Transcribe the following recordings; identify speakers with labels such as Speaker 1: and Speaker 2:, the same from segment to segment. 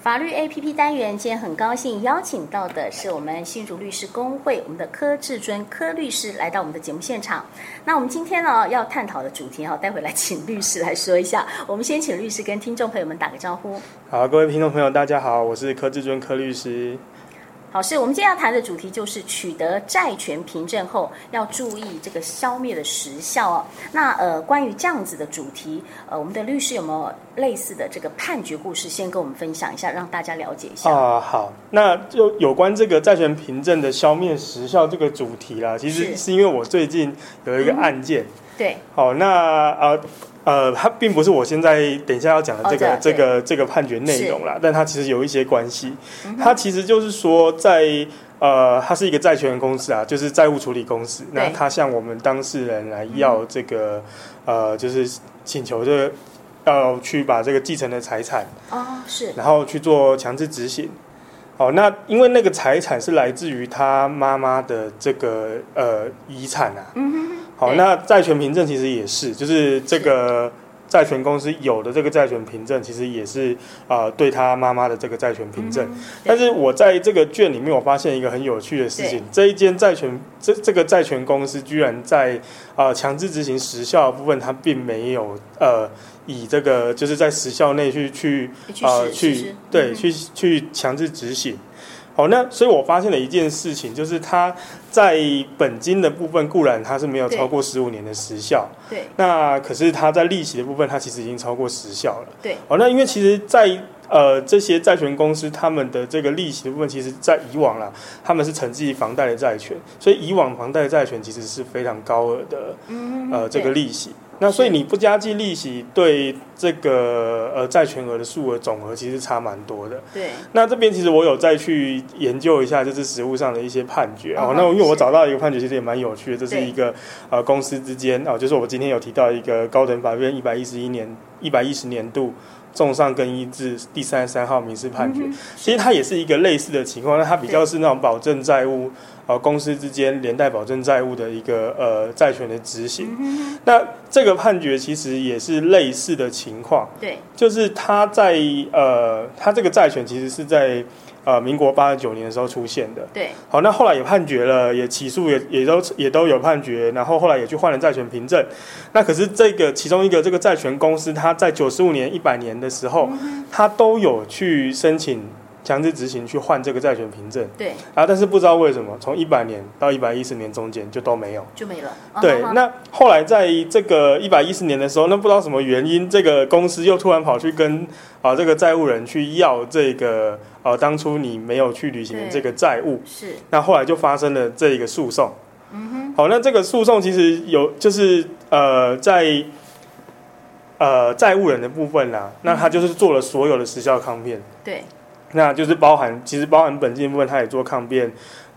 Speaker 1: 法律 A P P 单元，今天很高兴邀请到的是我们新竹律师工会我们的柯志尊柯律师来到我们的节目现场。那我们今天呢要探讨的主题哈，待会来请律师来说一下。我们先请律师跟听众朋友们打个招呼。
Speaker 2: 好，各位听众朋友，大家好，我是柯志尊柯律师。
Speaker 1: 好，是我们今天要谈的主题就是取得债权凭证后要注意这个消灭的时效哦。那呃，关于这样子的主题，呃，我们的律师有没有类似的这个判决故事，先跟我们分享一下，让大家了解一下？
Speaker 2: 啊，好，那就有关这个债权凭证的消灭时效这个主题啦，其
Speaker 1: 是嗯
Speaker 2: 实是因为我最近有一个案件，
Speaker 1: 对，
Speaker 2: 好，那呃呃，它并不是我现在等一下要讲的这个、
Speaker 1: 哦对嗯
Speaker 2: 这个这个判决内容啦，但它其实有一些关系。它其实就是说在，呃，它是一个债权公司啊，就是债务处理公司。那
Speaker 1: 对嗯
Speaker 2: 它向我们当事人来要这个、呃，就是请求这个要去把这个继承的财产，
Speaker 1: 哦，是，
Speaker 2: 然后去做强制执行。好，那因为那个财产是来自于他妈妈的这个呃遗产啊。好，
Speaker 1: 嗯对
Speaker 2: 那债权凭证其实也是，就是这个债权公司有的这个债权凭证，其实也是啊、呃对他妈妈的这个债权凭
Speaker 1: 嗯
Speaker 2: 证。但是我在这个卷里面，我发现一个很有趣的事情，这一间债权这这个债权公司居然在啊强制执行时效的部分，它并没有呃以这个就是在时效内去去
Speaker 1: 去
Speaker 2: 呃，
Speaker 1: 试试
Speaker 2: 去
Speaker 1: 试，
Speaker 2: 对
Speaker 1: 嗯
Speaker 2: 去去强制执行。好，那所以我发现了一件事情，就是它在本金的部分固然它是没有
Speaker 1: 对
Speaker 2: 超过十五年的时效，
Speaker 1: 对
Speaker 2: 那可是它在利息的部分，它其实已经超过时效了。
Speaker 1: 对，
Speaker 2: 好，那因为其实在，呃这些债权公司他们的这个利息的部分，其实在以往啦，他们是承继房贷的债权，所以以往房贷的债权其实是非常高额的，
Speaker 1: 嗯
Speaker 2: 呃这
Speaker 1: 对
Speaker 2: 个利息。那所以
Speaker 1: 是
Speaker 2: 你不加计利息，对这个呃债权额的数额总额其实差蛮多的。
Speaker 1: 对
Speaker 2: 那这边其实我有再去研究一下，就是实务上的一些判决
Speaker 1: 嗯
Speaker 2: 哦
Speaker 1: 哼。
Speaker 2: 那因为我
Speaker 1: 是
Speaker 2: 找到一个判决，其实也蛮有趣的，这是
Speaker 1: 对
Speaker 2: 一个呃公司之间哦，就是我今天有提到一个高等法院一百一十一年一百一十年度重上更一至第三十三号民事判决，
Speaker 1: 嗯哼
Speaker 2: 其实它也是一个类似的情况，那它比较是那种保证债务。呃，公司之间连带保证债务的一个呃债权的执行，那这个判决其实也是类似的情况，
Speaker 1: 对
Speaker 2: 就是他在呃，他这个债权其实是在呃民国八十九年的时候出现的。
Speaker 1: 对
Speaker 2: 好，那后来也判决了，也起诉也也都也都有判决，然后后来也去换了债权凭证。那可是这个其中一个这个债权公司，他在九十五年、一百年的时候，他都有去申请强制执行去换这个债权凭证，
Speaker 1: 对，
Speaker 2: 啊，但是不知道为什么从一百年到一百一十年中间就都没有。
Speaker 1: 就没了。
Speaker 2: 对
Speaker 1: 嗯，哼
Speaker 2: 那后来在这个一百一十年的时候，那不知道什么原因，这个公司又突然跑去跟啊、这个债务人去要这个呃当初你没有去履行的
Speaker 1: 对
Speaker 2: 这个债务，
Speaker 1: 是
Speaker 2: 那后来就发生了这个诉讼。嗯哼，好，那这个诉讼其实有就是呃在呃债务人的部分啦、那他就是做了所有的时效抗辩，
Speaker 1: 对
Speaker 2: 那就是包含其实包含本金的部分，他也做抗辩，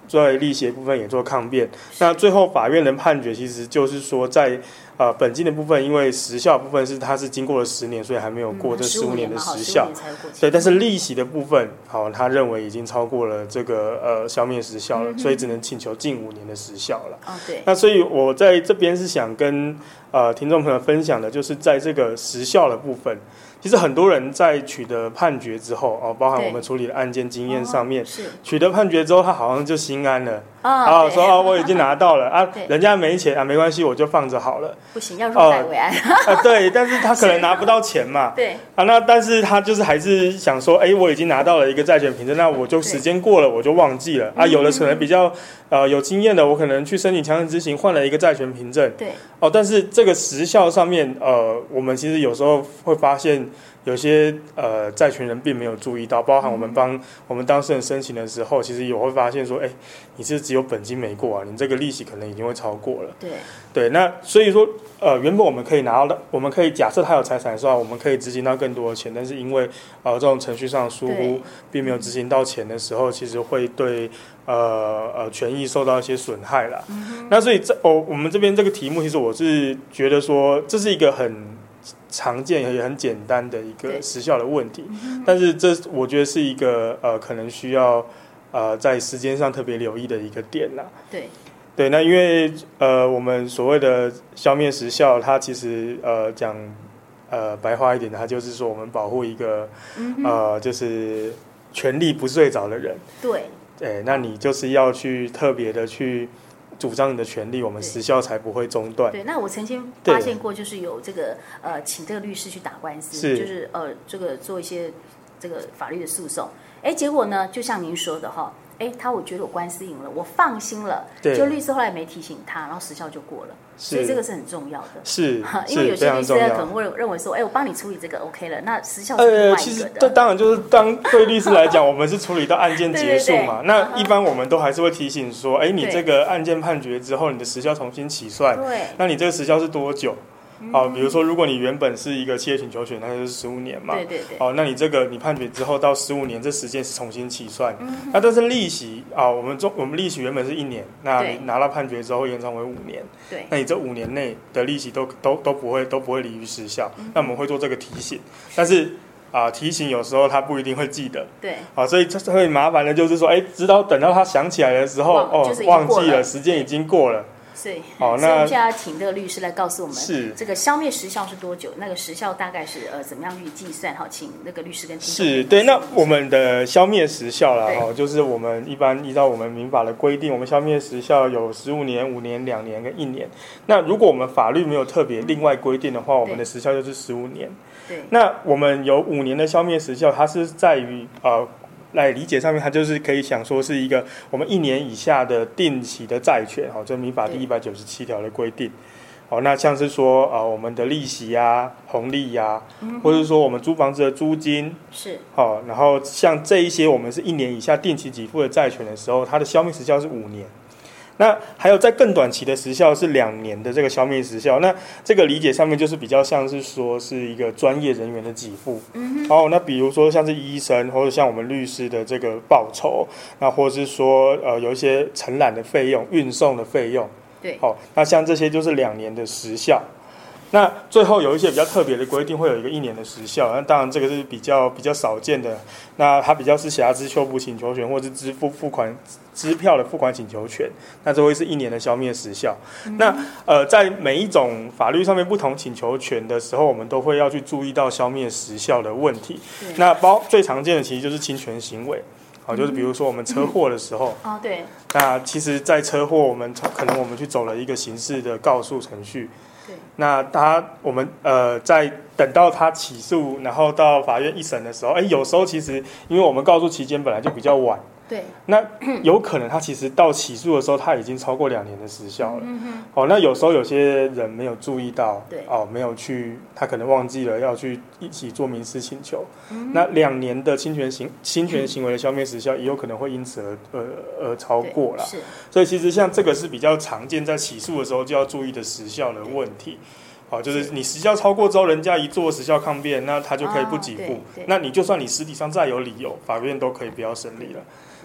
Speaker 2: 作为利息的部分也做抗辩。那最后法院的判决其实就是说在，呃本金的部分，因为时效部分是它是经过了十年，所以还没有过这
Speaker 1: 嗯十
Speaker 2: 十
Speaker 1: 五
Speaker 2: 五年的
Speaker 1: 嘛好
Speaker 2: 时
Speaker 1: 15
Speaker 2: 效
Speaker 1: 年。才有过期
Speaker 2: 对，但是利息的部分，好，他认为已经超过了这个呃消灭时
Speaker 1: 嗯
Speaker 2: 效了，所以只能请求近五年的时效了。
Speaker 1: 哦对
Speaker 2: 那所以我在这边是想跟呃听众朋友分享的，就是在这个时效的部分，其实很多人在取得判决之后哦，包含
Speaker 1: 对
Speaker 2: 我们处理的案件经验上面。
Speaker 1: 哦是
Speaker 2: 取得判决之后，他好像就心安了，
Speaker 1: 啊
Speaker 2: 啊，
Speaker 1: 对
Speaker 2: 说啊我已经拿到了啊
Speaker 1: 对，
Speaker 2: 人家没钱啊，没关系，我就放着好了
Speaker 1: 不行，要入
Speaker 2: 哦
Speaker 1: 贷为安。
Speaker 2: 啊，对，但是他可能拿不到钱嘛，
Speaker 1: 对
Speaker 2: 啊，那但是他就是还是想说，哎、我已经拿到了一个债权凭证，那我就时间过了，我就忘记了啊。有的可能比较呃有经验的，我可能去申请强制执行换了一个债权凭证
Speaker 1: 对
Speaker 2: 哦，但是这个时效上面，呃，我们其实有时候会发现有些呃债权人并没有注意到，包含我们帮我们当事人申请的时候，其实也会发现说，哎、你是只有本金没过啊，你这个利息可能已经会超过了。
Speaker 1: 对
Speaker 2: 对，那所以说，呃，原本我们可以拿到的，我们可以假设他有财产的时候，我们可以执行到更多的钱，但是因为呃这种程序上的疏
Speaker 1: 对嗯
Speaker 2: 忽，并没有执行到钱的时候，其实会对呃呃权益受到一些损害啦。
Speaker 1: 嗯
Speaker 2: 那所以这哦，我们这边这个题目，其实我是觉得说，这是一个很。常见也很简单的一
Speaker 1: 对嗯
Speaker 2: 个时效的问题，但是这我觉得是一个呃可能需要呃在时间上特别留意的一个点啦。
Speaker 1: 对
Speaker 2: 对，那因为呃，我们所谓的消灭时效，它其实呃讲呃白话一点的，它就是说我们保护一个、
Speaker 1: 嗯
Speaker 2: 呃就是权利不睡着的人。
Speaker 1: 对，
Speaker 2: 对，那你就是要去特别的去主张你的权利，我们
Speaker 1: 对
Speaker 2: 时效才不会中断。
Speaker 1: 对，那我曾经
Speaker 2: 对
Speaker 1: 发现过，就是有这个呃，请这个律师去打官司，
Speaker 2: 是
Speaker 1: 就是呃，这个做一些这个法律的诉讼。哎，结果呢，就像您说的哈，哎，他我觉得我官司赢了，我放心了，
Speaker 2: 对
Speaker 1: 就律师后来没提醒他，然后时效就过了，所以
Speaker 2: 是
Speaker 1: 这个是很重要的。
Speaker 2: 是
Speaker 1: 因为
Speaker 2: 是
Speaker 1: 有
Speaker 2: 非
Speaker 1: 些律
Speaker 2: 常
Speaker 1: 师
Speaker 2: 重
Speaker 1: 可能
Speaker 2: 要。
Speaker 1: 会认为说，哎，我帮你处理这个 OK 了，那时效是另
Speaker 2: 呃，
Speaker 1: 外
Speaker 2: 其
Speaker 1: 一
Speaker 2: 实
Speaker 1: 个
Speaker 2: 这
Speaker 1: 的。
Speaker 2: 当然就是 当对律师来讲，我们是处理到案件结束嘛。
Speaker 1: 对对对嗯
Speaker 2: 那
Speaker 1: 哼
Speaker 2: 一般我们都还是会提醒说，哎，你
Speaker 1: 对
Speaker 2: 这个案件判决之后，你的时效重新起算，
Speaker 1: 对，
Speaker 2: 那你这个时效是多久？
Speaker 1: 嗯
Speaker 2: 好，比如说，如果你原本是一个企业请求权，那就是十五年嘛。
Speaker 1: 对对对，
Speaker 2: 好，那你这个你判决之后到十五年，这时间是重新起算。
Speaker 1: 嗯
Speaker 2: 那但是利息啊，我们中我们利息原本是一年，那
Speaker 1: 对
Speaker 2: 你拿到判决之后延长为五年，
Speaker 1: 对，
Speaker 2: 那你这五年内的利息都都都不会都不会离于时效。
Speaker 1: 嗯
Speaker 2: 那我们会做这个提醒，但是啊、提醒有时候他不一定会记得。
Speaker 1: 对，
Speaker 2: 啊，所以这会麻烦的就是说，哎，直到等到他想起来的时候，
Speaker 1: 忘
Speaker 2: 哦
Speaker 1: 就是已，经
Speaker 2: 忘
Speaker 1: 过
Speaker 2: 记
Speaker 1: 了
Speaker 2: 了，时间已经过了。
Speaker 1: 所以，
Speaker 2: 好
Speaker 1: 所以我
Speaker 2: 那
Speaker 1: 们现在要请这个律师来告诉我们，
Speaker 2: 是
Speaker 1: 这个消灭时效是多久？那个时效大概是呃怎么样去计算？好，请那个律师跟听众
Speaker 2: 是
Speaker 1: 朋
Speaker 2: 对，
Speaker 1: 友
Speaker 2: 那我们的消灭时效啦，
Speaker 1: 对
Speaker 2: 哦，就是我们一般依照我们民法的规定，我们消灭时效有十五年、五年、两年跟一年。那如果我们法律没有特别另外规定的话，我们的时效就是十五年。
Speaker 1: 对
Speaker 2: 那我们有五年的消灭时效，它是在于呃。来理解上面，它就是可以想说是一个我们一年以下的定期的债权，哦，这民法第
Speaker 1: 对
Speaker 2: 一百九十七条的规定。哦，那像是说啊、呃我们的利息呀、红利呀、
Speaker 1: 嗯
Speaker 2: 或者是说我们租房子的租金，
Speaker 1: 是
Speaker 2: 好，然后像这一些我们是一年以下定期给付的债权的时候，它的消灭时效是五年。那还有在更短期的时效是两年的这个消灭时效，那这个理解上面就是比较像是说是一个专业人员的给付，嗯，哦，那比如说像是医生或者像我们律师的这个报酬，那或者是说呃有一些承揽的费用、运送的费用，
Speaker 1: 对
Speaker 2: 好、那像这些就是两年的时效。那最后有一些比较特别的规定，会有一个一年的时效。那当然这个是比较比较少见的。那它比较是瑕疵修补请求权，或是支付付款支票的付款请求权，那这会是一年的消灭时效。那呃，在每一种法律上面不同请求权的时候，我们都会要去注意到消灭时效的问题。
Speaker 1: 对
Speaker 2: 那包最常见的其实就是侵权行为，好、就是比如说我们车祸的时候，
Speaker 1: 哦对
Speaker 2: 那其实，在车祸，我们可能我们去走了一个刑事的告诉程序。
Speaker 1: 对
Speaker 2: 那他，我们呃，在等到他起诉，然后到法院一审的时候，哎，有时候其实因为我们告诉期间本来就比较晚，
Speaker 1: 对
Speaker 2: 那
Speaker 1: 嗯
Speaker 2: 有可能他其实到起诉的时候，他已经超过两年的时
Speaker 1: 嗯
Speaker 2: 效了。哦，那有时候有些人没有注意到，
Speaker 1: 对
Speaker 2: 哦，没有去，他可能忘记了要去一起做民事请求。
Speaker 1: 嗯
Speaker 2: 那两年的侵权行侵权行为的消灭时效，也有可能会因此而而而超
Speaker 1: 对
Speaker 2: 过了。
Speaker 1: 是
Speaker 2: 所以其实像这个是比较常见，在起诉的时候就要注意的时效的问题。好，就是你时效超过之后，人家一做时效抗辩，那他就可以不给付
Speaker 1: 哦。对对
Speaker 2: 那你就算你实体上再有理由，法院都可以不要审理了。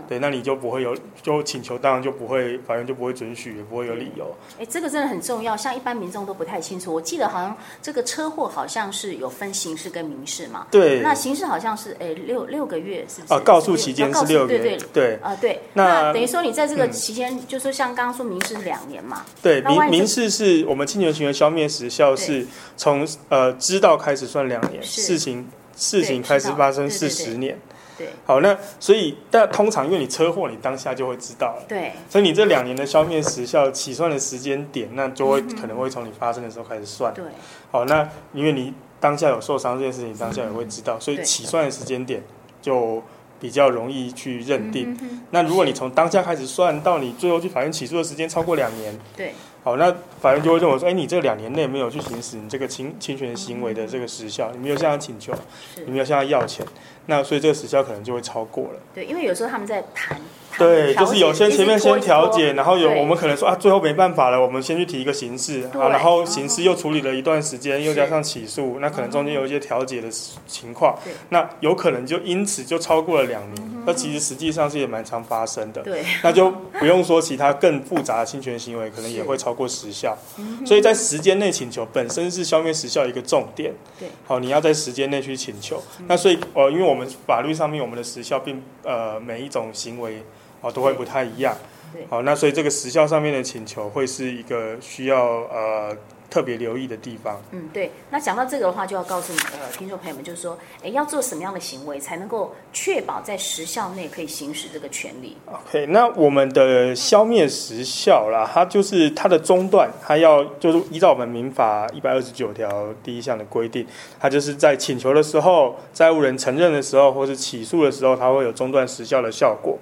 Speaker 2: 对，那你就不会有，就请求当然就不会，法院就不会准许，也不会有理由。
Speaker 1: 哎这个真的很重要，像一般民众都不太清楚。我记得好像这个车祸好像是有分刑事跟民事嘛，
Speaker 2: 对，
Speaker 1: 那刑事好像是哎六六个月是不是？
Speaker 2: 啊，告诉期间
Speaker 1: 要告
Speaker 2: 是
Speaker 1: 诉
Speaker 2: 六个
Speaker 1: 对
Speaker 2: 月
Speaker 1: 对。
Speaker 2: 对
Speaker 1: 啊、对，
Speaker 2: 那
Speaker 1: 等于说你在这个
Speaker 2: 嗯
Speaker 1: 期间，就说像刚刚说民事两年嘛，
Speaker 2: 对，
Speaker 1: 那万
Speaker 2: 民
Speaker 1: 一是
Speaker 2: 民事是我们侵权行为消灭时效是从呃知道开始算两年，
Speaker 1: 是
Speaker 2: 事情事情
Speaker 1: 对
Speaker 2: 开始
Speaker 1: 知道
Speaker 2: 发生
Speaker 1: 对对
Speaker 2: 是
Speaker 1: 对
Speaker 2: 十年。
Speaker 1: 对
Speaker 2: 好，那所以但通常因为你车祸，你当下就会知道了，
Speaker 1: 对
Speaker 2: 所以你这两年的消灭时效起算的时间点，那就会可能会从你发生的时候开始算。
Speaker 1: 对
Speaker 2: 好，那因为你当下有受伤这件事情，当下也会知道，所以
Speaker 1: 嗯对
Speaker 2: 起算的时间点就比较容易去
Speaker 1: 嗯
Speaker 2: 认定。那如果你从当下开始算到你最后去法院起诉的时间超过两年，
Speaker 1: 对
Speaker 2: 好，那法院就会认为说，哎，你这两年内没有去行使你这个侵侵权行为的这个时效，你没有向他请求，
Speaker 1: 是
Speaker 2: 你没有向他要钱，那所以这个时效可能就会超过了。
Speaker 1: 对，因为有时候他们在谈，谈
Speaker 2: 对，
Speaker 1: 调
Speaker 2: 就
Speaker 1: 解
Speaker 2: 是有些
Speaker 1: 一直
Speaker 2: 前面
Speaker 1: 拖
Speaker 2: 先调
Speaker 1: 一
Speaker 2: 解，
Speaker 1: 拖
Speaker 2: 然后有
Speaker 1: 对
Speaker 2: 我们可能说啊，最后没办法了，我们先去提一个刑事
Speaker 1: 对
Speaker 2: 啊，然后
Speaker 1: 哦
Speaker 2: 刑事又处理了一段时间，又
Speaker 1: 是
Speaker 2: 加上起诉，那可能中间有一些调解的情况
Speaker 1: 哦对，嗯
Speaker 2: 那有可能就因此就超过了两年，那其实实际上是也蛮常发生的。
Speaker 1: 对
Speaker 2: 那就不用说其他更复杂的侵权行为，可能也
Speaker 1: 是
Speaker 2: 会超过时效，所以在时间内请求本身是消灭时效一个重点。
Speaker 1: 对，
Speaker 2: 好，你要在时间内去请求。那所以呃，因为我们法律上面我们的时效并呃每一种行为哦、都会
Speaker 1: 对
Speaker 2: 不太一样
Speaker 1: 对。
Speaker 2: 好，那所以这个时效上面的请求会是一个需要呃特别留意的地方。
Speaker 1: 嗯，对。那讲到这个的话，就要告诉呃听众朋友们，就是说，哎，要做什么样的行为才能够确保在时效内可以行使这个权利？
Speaker 2: OK，那我们的消灭时效啦，它就是它的中断，它要就是依照我们民法一百二十九条第一项的规定，它就是在请求的时候、债务人承认的时候，或是起诉的时候，它会有中断时效的效果。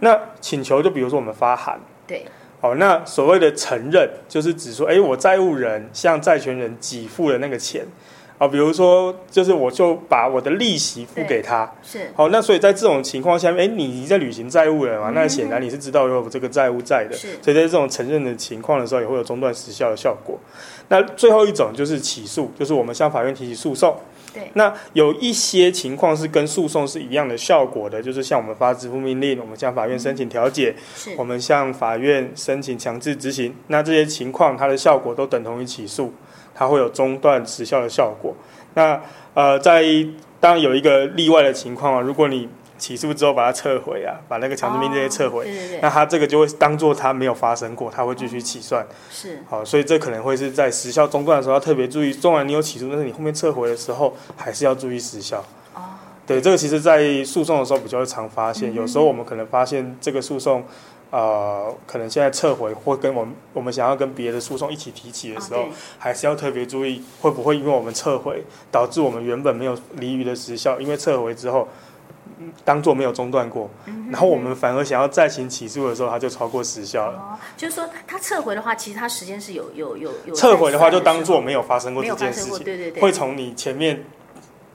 Speaker 2: 那请求就比如说我们发函。哦
Speaker 1: 对，
Speaker 2: 好，那所谓的承认，就是指说，哎、我债务人向债权人给付了那个钱，啊，比如说，就是我就把我的利息付给他，
Speaker 1: 是，
Speaker 2: 好，那所以在这种情况下面，哎，你你在履行债务人嘛，那显然你是知道有这个债务在的，
Speaker 1: 是
Speaker 2: 所以在这种承认的情况的时候，也会有中断时效的效果。那最后一种就是起诉，就是我们向法院提起诉讼。
Speaker 1: 对，
Speaker 2: 那有一些情况是跟诉讼是一样的效果的，就是像我们发支付命令，我们向法院申请调解，
Speaker 1: 是
Speaker 2: 我，们向法院申请强制执行，那这些情况它的效果都等同于起诉，它会有中断时效的效果。那呃，在当然有一个例外的情况啊，如果你起诉之后把它撤回啊，把那个强制命令这些撤
Speaker 1: 哦
Speaker 2: 回，
Speaker 1: 对对
Speaker 2: 那
Speaker 1: 对，
Speaker 2: 它这个就会当做它没有发生过，它会继续起算。
Speaker 1: 是，
Speaker 2: 好，所以这可能会是在时效中断的时候要特别注意。纵然你有起诉，但是你后面撤回的时候还是要注意时效。
Speaker 1: 哦，嗯
Speaker 2: 对，这个其实，在诉讼的时候比较常发现，有时候我们可能发现这个诉讼，呃，可能现在撤回或跟我们我们想要跟别的诉讼一起提起的时候，
Speaker 1: 哦
Speaker 2: 还是要特别注意，会不会因为我们撤回导致我们原本没有离余的时效，因为撤回之后。嗯当做没有中断过，
Speaker 1: 嗯
Speaker 2: 然后我们反而想要再行起诉的时候，它就超过时效
Speaker 1: 对
Speaker 2: 了。
Speaker 1: 哦，就是说他撤回的话，其实他时间是有有有有
Speaker 2: 撤回的话，
Speaker 1: 在算
Speaker 2: 就当
Speaker 1: 时候
Speaker 2: 做没有发生过
Speaker 1: 没
Speaker 2: 这
Speaker 1: 有发
Speaker 2: 件事
Speaker 1: 生
Speaker 2: 情
Speaker 1: 过，。对对对，
Speaker 2: 会从你前面，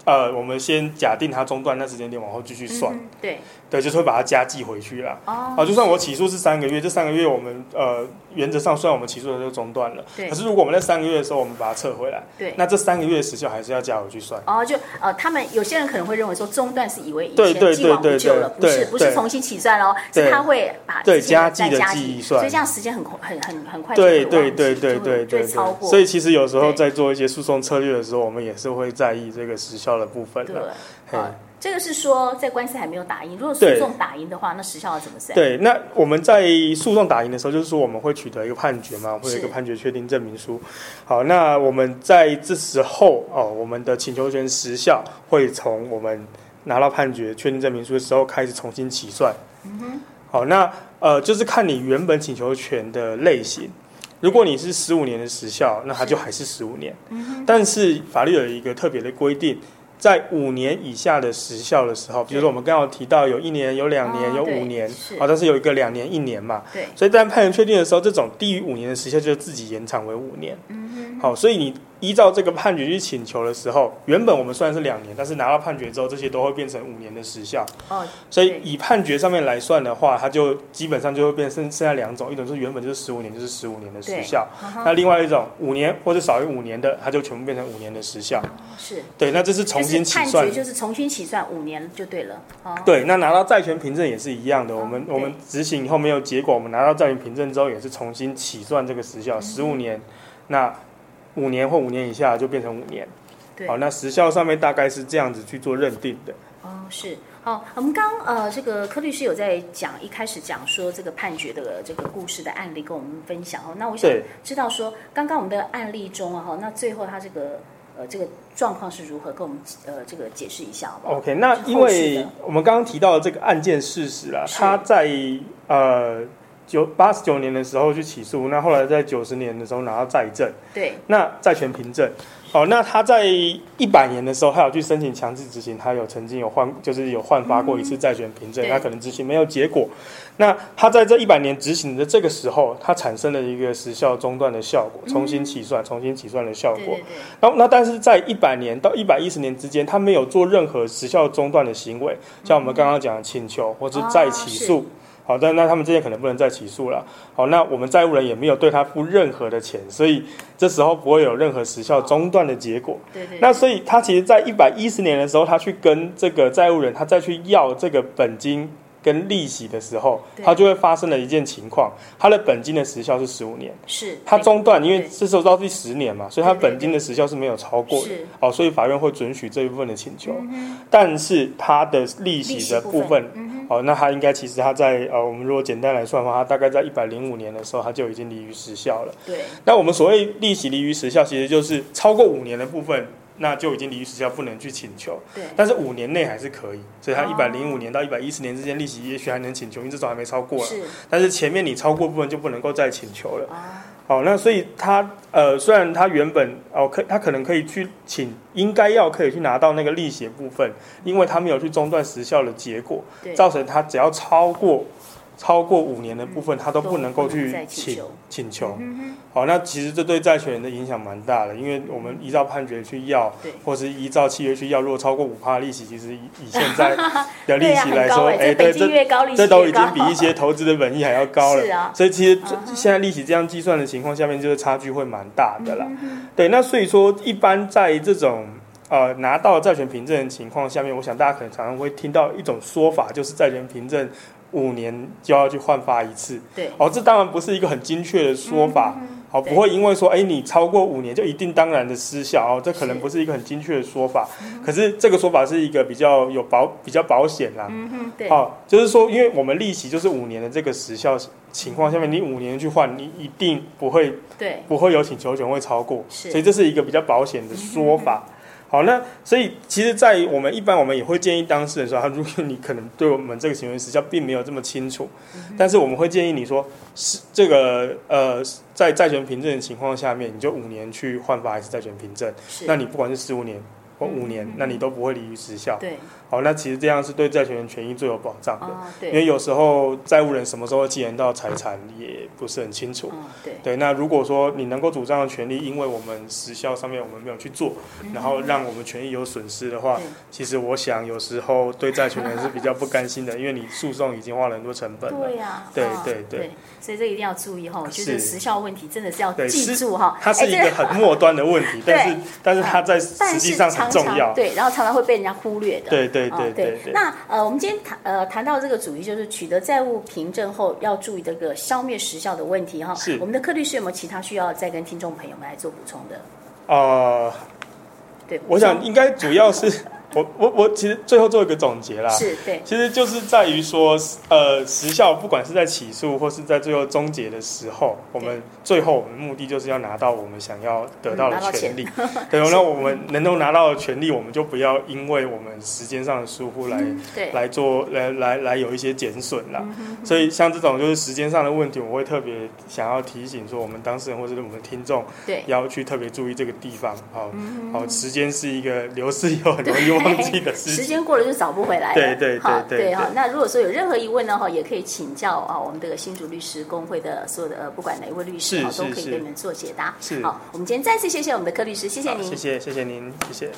Speaker 2: 呃，我们先假定它中断那时间点往后继续算，
Speaker 1: 嗯哼对，
Speaker 2: 对，就是会把它加计回去啦。
Speaker 1: 哦，
Speaker 2: 啊，就算我起诉是三个月，这三个月我们呃原则上虽然我们起诉的时候中断了，
Speaker 1: 对
Speaker 2: 可是如果我们在三个月的时候我们把它撤回来，
Speaker 1: 对。
Speaker 2: 那这三个月的时效还是要加回去算。
Speaker 1: 哦，就呃，他们有些人可能会认为说中断是以为以
Speaker 2: 对
Speaker 1: 前
Speaker 2: 对
Speaker 1: 既往不
Speaker 2: 对对
Speaker 1: 咎了，不
Speaker 2: 对
Speaker 1: 是
Speaker 2: 对
Speaker 1: 不是重新起算喽，是
Speaker 2: 对
Speaker 1: 他会把
Speaker 2: 对
Speaker 1: 之前
Speaker 2: 加
Speaker 1: 再
Speaker 2: 计的
Speaker 1: 加
Speaker 2: 计
Speaker 1: 计
Speaker 2: 算
Speaker 1: 所以这样时间很快很很很快就
Speaker 2: 对
Speaker 1: 会
Speaker 2: 对
Speaker 1: 忘
Speaker 2: 对
Speaker 1: 记
Speaker 2: 对
Speaker 1: 就会
Speaker 2: 对
Speaker 1: 就
Speaker 2: 对
Speaker 1: 会超
Speaker 2: 对，
Speaker 1: 过，
Speaker 2: 所以其实有时候
Speaker 1: 对
Speaker 2: 在做一些诉讼策略的时候，我们也是会在意这个时效的部分
Speaker 1: 对
Speaker 2: 的。嘿
Speaker 1: 啊，这个是说在官司还没有打赢，如果诉
Speaker 2: 对
Speaker 1: 讼打赢的话，那时效要怎么算？
Speaker 2: 对，那我们在诉讼打赢的时候，就是说我们会取得一个判决嘛，会有一个
Speaker 1: 是
Speaker 2: 判决确定证明书。好，那我们在这时候哦，我们的请求权时效会从我们拿到判决确定证明书的时候开始重新起算。嗯哼。好，那呃，就是看你原本请求权的类型。如果你是十五年的时效，那它就还是十五年。嗯、但是法律有一个特别的规定，在五年以下的时效的时候，比如说我们刚刚有提到有一年、有两年、
Speaker 1: 哦
Speaker 2: 有
Speaker 1: 对
Speaker 2: 五年，
Speaker 1: 是
Speaker 2: 好、但是有一个两年、一年嘛，
Speaker 1: 对
Speaker 2: 所以在判决确定的时候，这种低于五年的时效就自己延长为五年。嗯好，所以你依照这个判决去请求的时候，原本我们虽然是两年，但是拿到判决之后，这些都会变成五年的时效。
Speaker 1: 哦，
Speaker 2: 所以
Speaker 1: 对
Speaker 2: 以判决上面来算的话，它就基本上就会变剩剩下两种，一种是原本就是十五年，就是十五年的时
Speaker 1: 对
Speaker 2: 效。
Speaker 1: 哈
Speaker 2: 那另外一种五年或者少于五年的，它就全部变成五年的时效。
Speaker 1: 是
Speaker 2: 对，那这是重新
Speaker 1: 就是
Speaker 2: 起
Speaker 1: 判
Speaker 2: 算
Speaker 1: 决就是重新起算五年就对了，哦，
Speaker 2: 对，那拿到债权凭证也是一样的，我们
Speaker 1: 嗯对
Speaker 2: 我们执行以后没有结果，我们拿到债权凭证之后也是重新起算这个时
Speaker 1: 嗯
Speaker 2: 效，十五年，那五年或五年以下就变成五年。
Speaker 1: 对
Speaker 2: 好，那时效上面大概是这样子去做认定的。
Speaker 1: 哦，是哦，我们刚呃，这个柯律师有在讲一开始讲说这个判决的这个故事的案例跟我们分享哦。那我想
Speaker 2: 对
Speaker 1: 知道说，刚刚我们的案例中啊哈，那最后他这个呃这个状况是如何，跟我们呃这个解释一下好不好？
Speaker 2: OK，那
Speaker 1: 是
Speaker 2: 因
Speaker 1: 后续
Speaker 2: 为
Speaker 1: 的
Speaker 2: 我们刚刚提到的这个案件事实啦，
Speaker 1: 是
Speaker 2: 他在呃九八十九年的时候去起诉，那后来在九十年的时候拿到债证。
Speaker 1: 对，
Speaker 2: 那债权凭证，哦，那他在一百年的时候，他有去申请强制执行，他有曾经有换，就是有换发过一次债权凭证，
Speaker 1: 对
Speaker 2: 他可能执行没有结果。那他在这一百年执行的这个时候，他产生了一个时效中断的效果，重新起算，重新起算的效
Speaker 1: 对
Speaker 2: 果
Speaker 1: 对。对，
Speaker 2: 然后那但是在一百年到一百一十年之间，他没有做任何时效中断的行为，像我们刚刚讲的请求或是再起诉。好，但那他们之间可能不能再起诉了。好，那我们债务人也没有对他付任何的钱，所以这时候不会有任何时效中断的结果。
Speaker 1: 对对对
Speaker 2: 那所以他其实，在一百一十年的时候，他去跟这个债务人，他再去要这个本金跟利息的时候，
Speaker 1: 对
Speaker 2: 他就会发生了一件情况，他的本金的时效是十五年。
Speaker 1: 是
Speaker 2: 它
Speaker 1: 对
Speaker 2: 中断，因为
Speaker 1: 对
Speaker 2: 这时候到第十年嘛，所以它
Speaker 1: 对对
Speaker 2: 本金的时效是没有超过的
Speaker 1: 是，
Speaker 2: 嗯
Speaker 1: 嗯
Speaker 2: 哦，所以法院会准许这一部分的请求，但是它的利息的部分，哦，那他应该其实他在呃，我们如果简单来算的话，他大概在一百零五年的时候，他就已经离于时效了。
Speaker 1: 对，
Speaker 2: 那我们所谓利息离于时效，其实就是超过五年的部分，那就已经离于时效，不能去请求。
Speaker 1: 对，
Speaker 2: 但是五年内还是可以，所以他
Speaker 1: 哦
Speaker 2: 一百零五年到一百一十年之间，利息也许还能请求，因为这种还没超过了。
Speaker 1: 是
Speaker 2: 但是前面你超过部分就不能够再请求了。
Speaker 1: 啊，
Speaker 2: 好，那所以他呃，虽然他原本哦可他可能可以去请，应该要可以去拿到那个利息的部分，因为他没有去中断时效的结果，
Speaker 1: 对，
Speaker 2: 造成他只要超过超过五年的部分，他都
Speaker 1: 都
Speaker 2: 不能够
Speaker 1: 不能
Speaker 2: 去
Speaker 1: 再请
Speaker 2: 请
Speaker 1: 求
Speaker 2: 请求。
Speaker 1: 嗯
Speaker 2: 好，那其实这对债权人的影响蛮大的，因为我们依照判决去要
Speaker 1: 对，
Speaker 2: 或是依照契约去要，如果超过五趴利息，其实以以现在的
Speaker 1: 哼，
Speaker 2: 利
Speaker 1: 对呀，
Speaker 2: 息来
Speaker 1: 很高
Speaker 2: 说，
Speaker 1: 哎，这
Speaker 2: 哎、对，
Speaker 1: 北
Speaker 2: 这
Speaker 1: 京越高利息
Speaker 2: 这
Speaker 1: 越高，
Speaker 2: 都已经比一些投资的本益还要高了。
Speaker 1: 是啊
Speaker 2: 所以其实这
Speaker 1: 嗯哼
Speaker 2: 现在利息这样计算的情况下面，就是差距会蛮大的啦。
Speaker 1: 嗯哼
Speaker 2: 对，那所以说一般在这种呃拿到债权凭证的情况下面，我想大家可能常常会听到一种说法，就是债权凭证五年就要去换发一次。
Speaker 1: 对，
Speaker 2: 哦，这当然不是一个很精确的说法。
Speaker 1: 嗯哼
Speaker 2: 好，
Speaker 1: 对
Speaker 2: 不会因为说，哎，你超过五年就一定当然的失效哦，这可能
Speaker 1: 是
Speaker 2: 不是一个很精确的说法。
Speaker 1: 嗯
Speaker 2: 可是这个说法是一个比较有保比较保险啦。
Speaker 1: 嗯哼，对，
Speaker 2: 好、就是说，因为我们利息就是五年的这个时效情况下面，你五年去换，你一定不会
Speaker 1: 对，
Speaker 2: 不会有请求权会超过，
Speaker 1: 是嗯
Speaker 2: 所以这是一个比较保险的说法。好，那所以其实，在我们一般我们也会建议当事人说，他如果你可能对我们这个行为时效并没有这么清楚，
Speaker 1: 嗯
Speaker 2: 但是我们会建议你说，是这个呃，在债权凭证的情况下面，你就五年去换发一次债权凭证，
Speaker 1: 是，
Speaker 2: 那你不管是十五年或五年，
Speaker 1: 嗯嗯嗯
Speaker 2: 那你都不会离于时效。
Speaker 1: 对，
Speaker 2: 好，那其实这样是对债权人权益最有保障的。
Speaker 1: 啊，
Speaker 2: 因
Speaker 1: 对，
Speaker 2: 为有时候债务人什么时候会继承到财产也不是很清楚。
Speaker 1: 嗯，对，
Speaker 2: 对，那如果说你能够主张的权利，因为我们时效上面我们没有去做，
Speaker 1: 嗯
Speaker 2: 然后让我们权益有损失的话
Speaker 1: 对，
Speaker 2: 其实我想有时候对债权人是比较不甘心的，因为你诉讼已经花了很多成本了。
Speaker 1: 对呀，
Speaker 2: 对
Speaker 1: 啊
Speaker 2: 对对啊
Speaker 1: 对，所以这一定要注意哈，我觉
Speaker 2: 是
Speaker 1: 得时效问题真的是要
Speaker 2: 对
Speaker 1: 记
Speaker 2: 是
Speaker 1: 住哈，
Speaker 2: 它是
Speaker 1: 哎
Speaker 2: 一
Speaker 1: 这
Speaker 2: 个很末端的问题，
Speaker 1: 哎
Speaker 2: 但是但是它在
Speaker 1: 但
Speaker 2: 实际
Speaker 1: 是
Speaker 2: 上
Speaker 1: 常
Speaker 2: 很
Speaker 1: 常
Speaker 2: 重要。
Speaker 1: 对，然后常常会被人家忽略的。
Speaker 2: 对对
Speaker 1: 啊
Speaker 2: 对对对
Speaker 1: 那呃，我们今天谈呃谈到这个主题，就是取得债务凭证后要注意这个消灭时效的问题哈。
Speaker 2: 是
Speaker 1: 我们的柯律师有没有其他需要再跟听众朋友们来做补充的？
Speaker 2: 呃，
Speaker 1: 对，
Speaker 2: 我想应该主要是我我我其实最后做一个总结啦。
Speaker 1: 是对，
Speaker 2: 其实就是在于说，呃，时效不管是在起诉或是在最后终结的时候，我们最后我们目的就是要拿到我们想要得到的权 利。对，那我们能够拿到的权利，我们就不要因为我们时间上的疏忽来、
Speaker 1: 嗯对，
Speaker 2: 来做来来来有一些减损啦。所以像这种就是时间上的问题，我会特别想要提醒说，我们当事人或者是我们听众
Speaker 1: 对，
Speaker 2: 要去特别注意这个地方。好，好，时间是一个流逝以后很容易忘记的事
Speaker 1: 时
Speaker 2: 情。
Speaker 1: 间过了就找不回来了。
Speaker 2: 对对对
Speaker 1: 好
Speaker 2: 对
Speaker 1: 对
Speaker 2: 对
Speaker 1: 哈。那如果说有任何疑问呢，哈，也可以请教啊，我们这个新竹律师工会的所有的呃，不管哪一位律师
Speaker 2: 是
Speaker 1: 哈，都
Speaker 2: 是
Speaker 1: 可以
Speaker 2: 是
Speaker 1: 给你们做解答。
Speaker 2: 是
Speaker 1: 好，我们今天再次谢谢我们的柯律师，谢谢
Speaker 2: 好
Speaker 1: 您
Speaker 2: 谢。谢谢谢您，谢谢。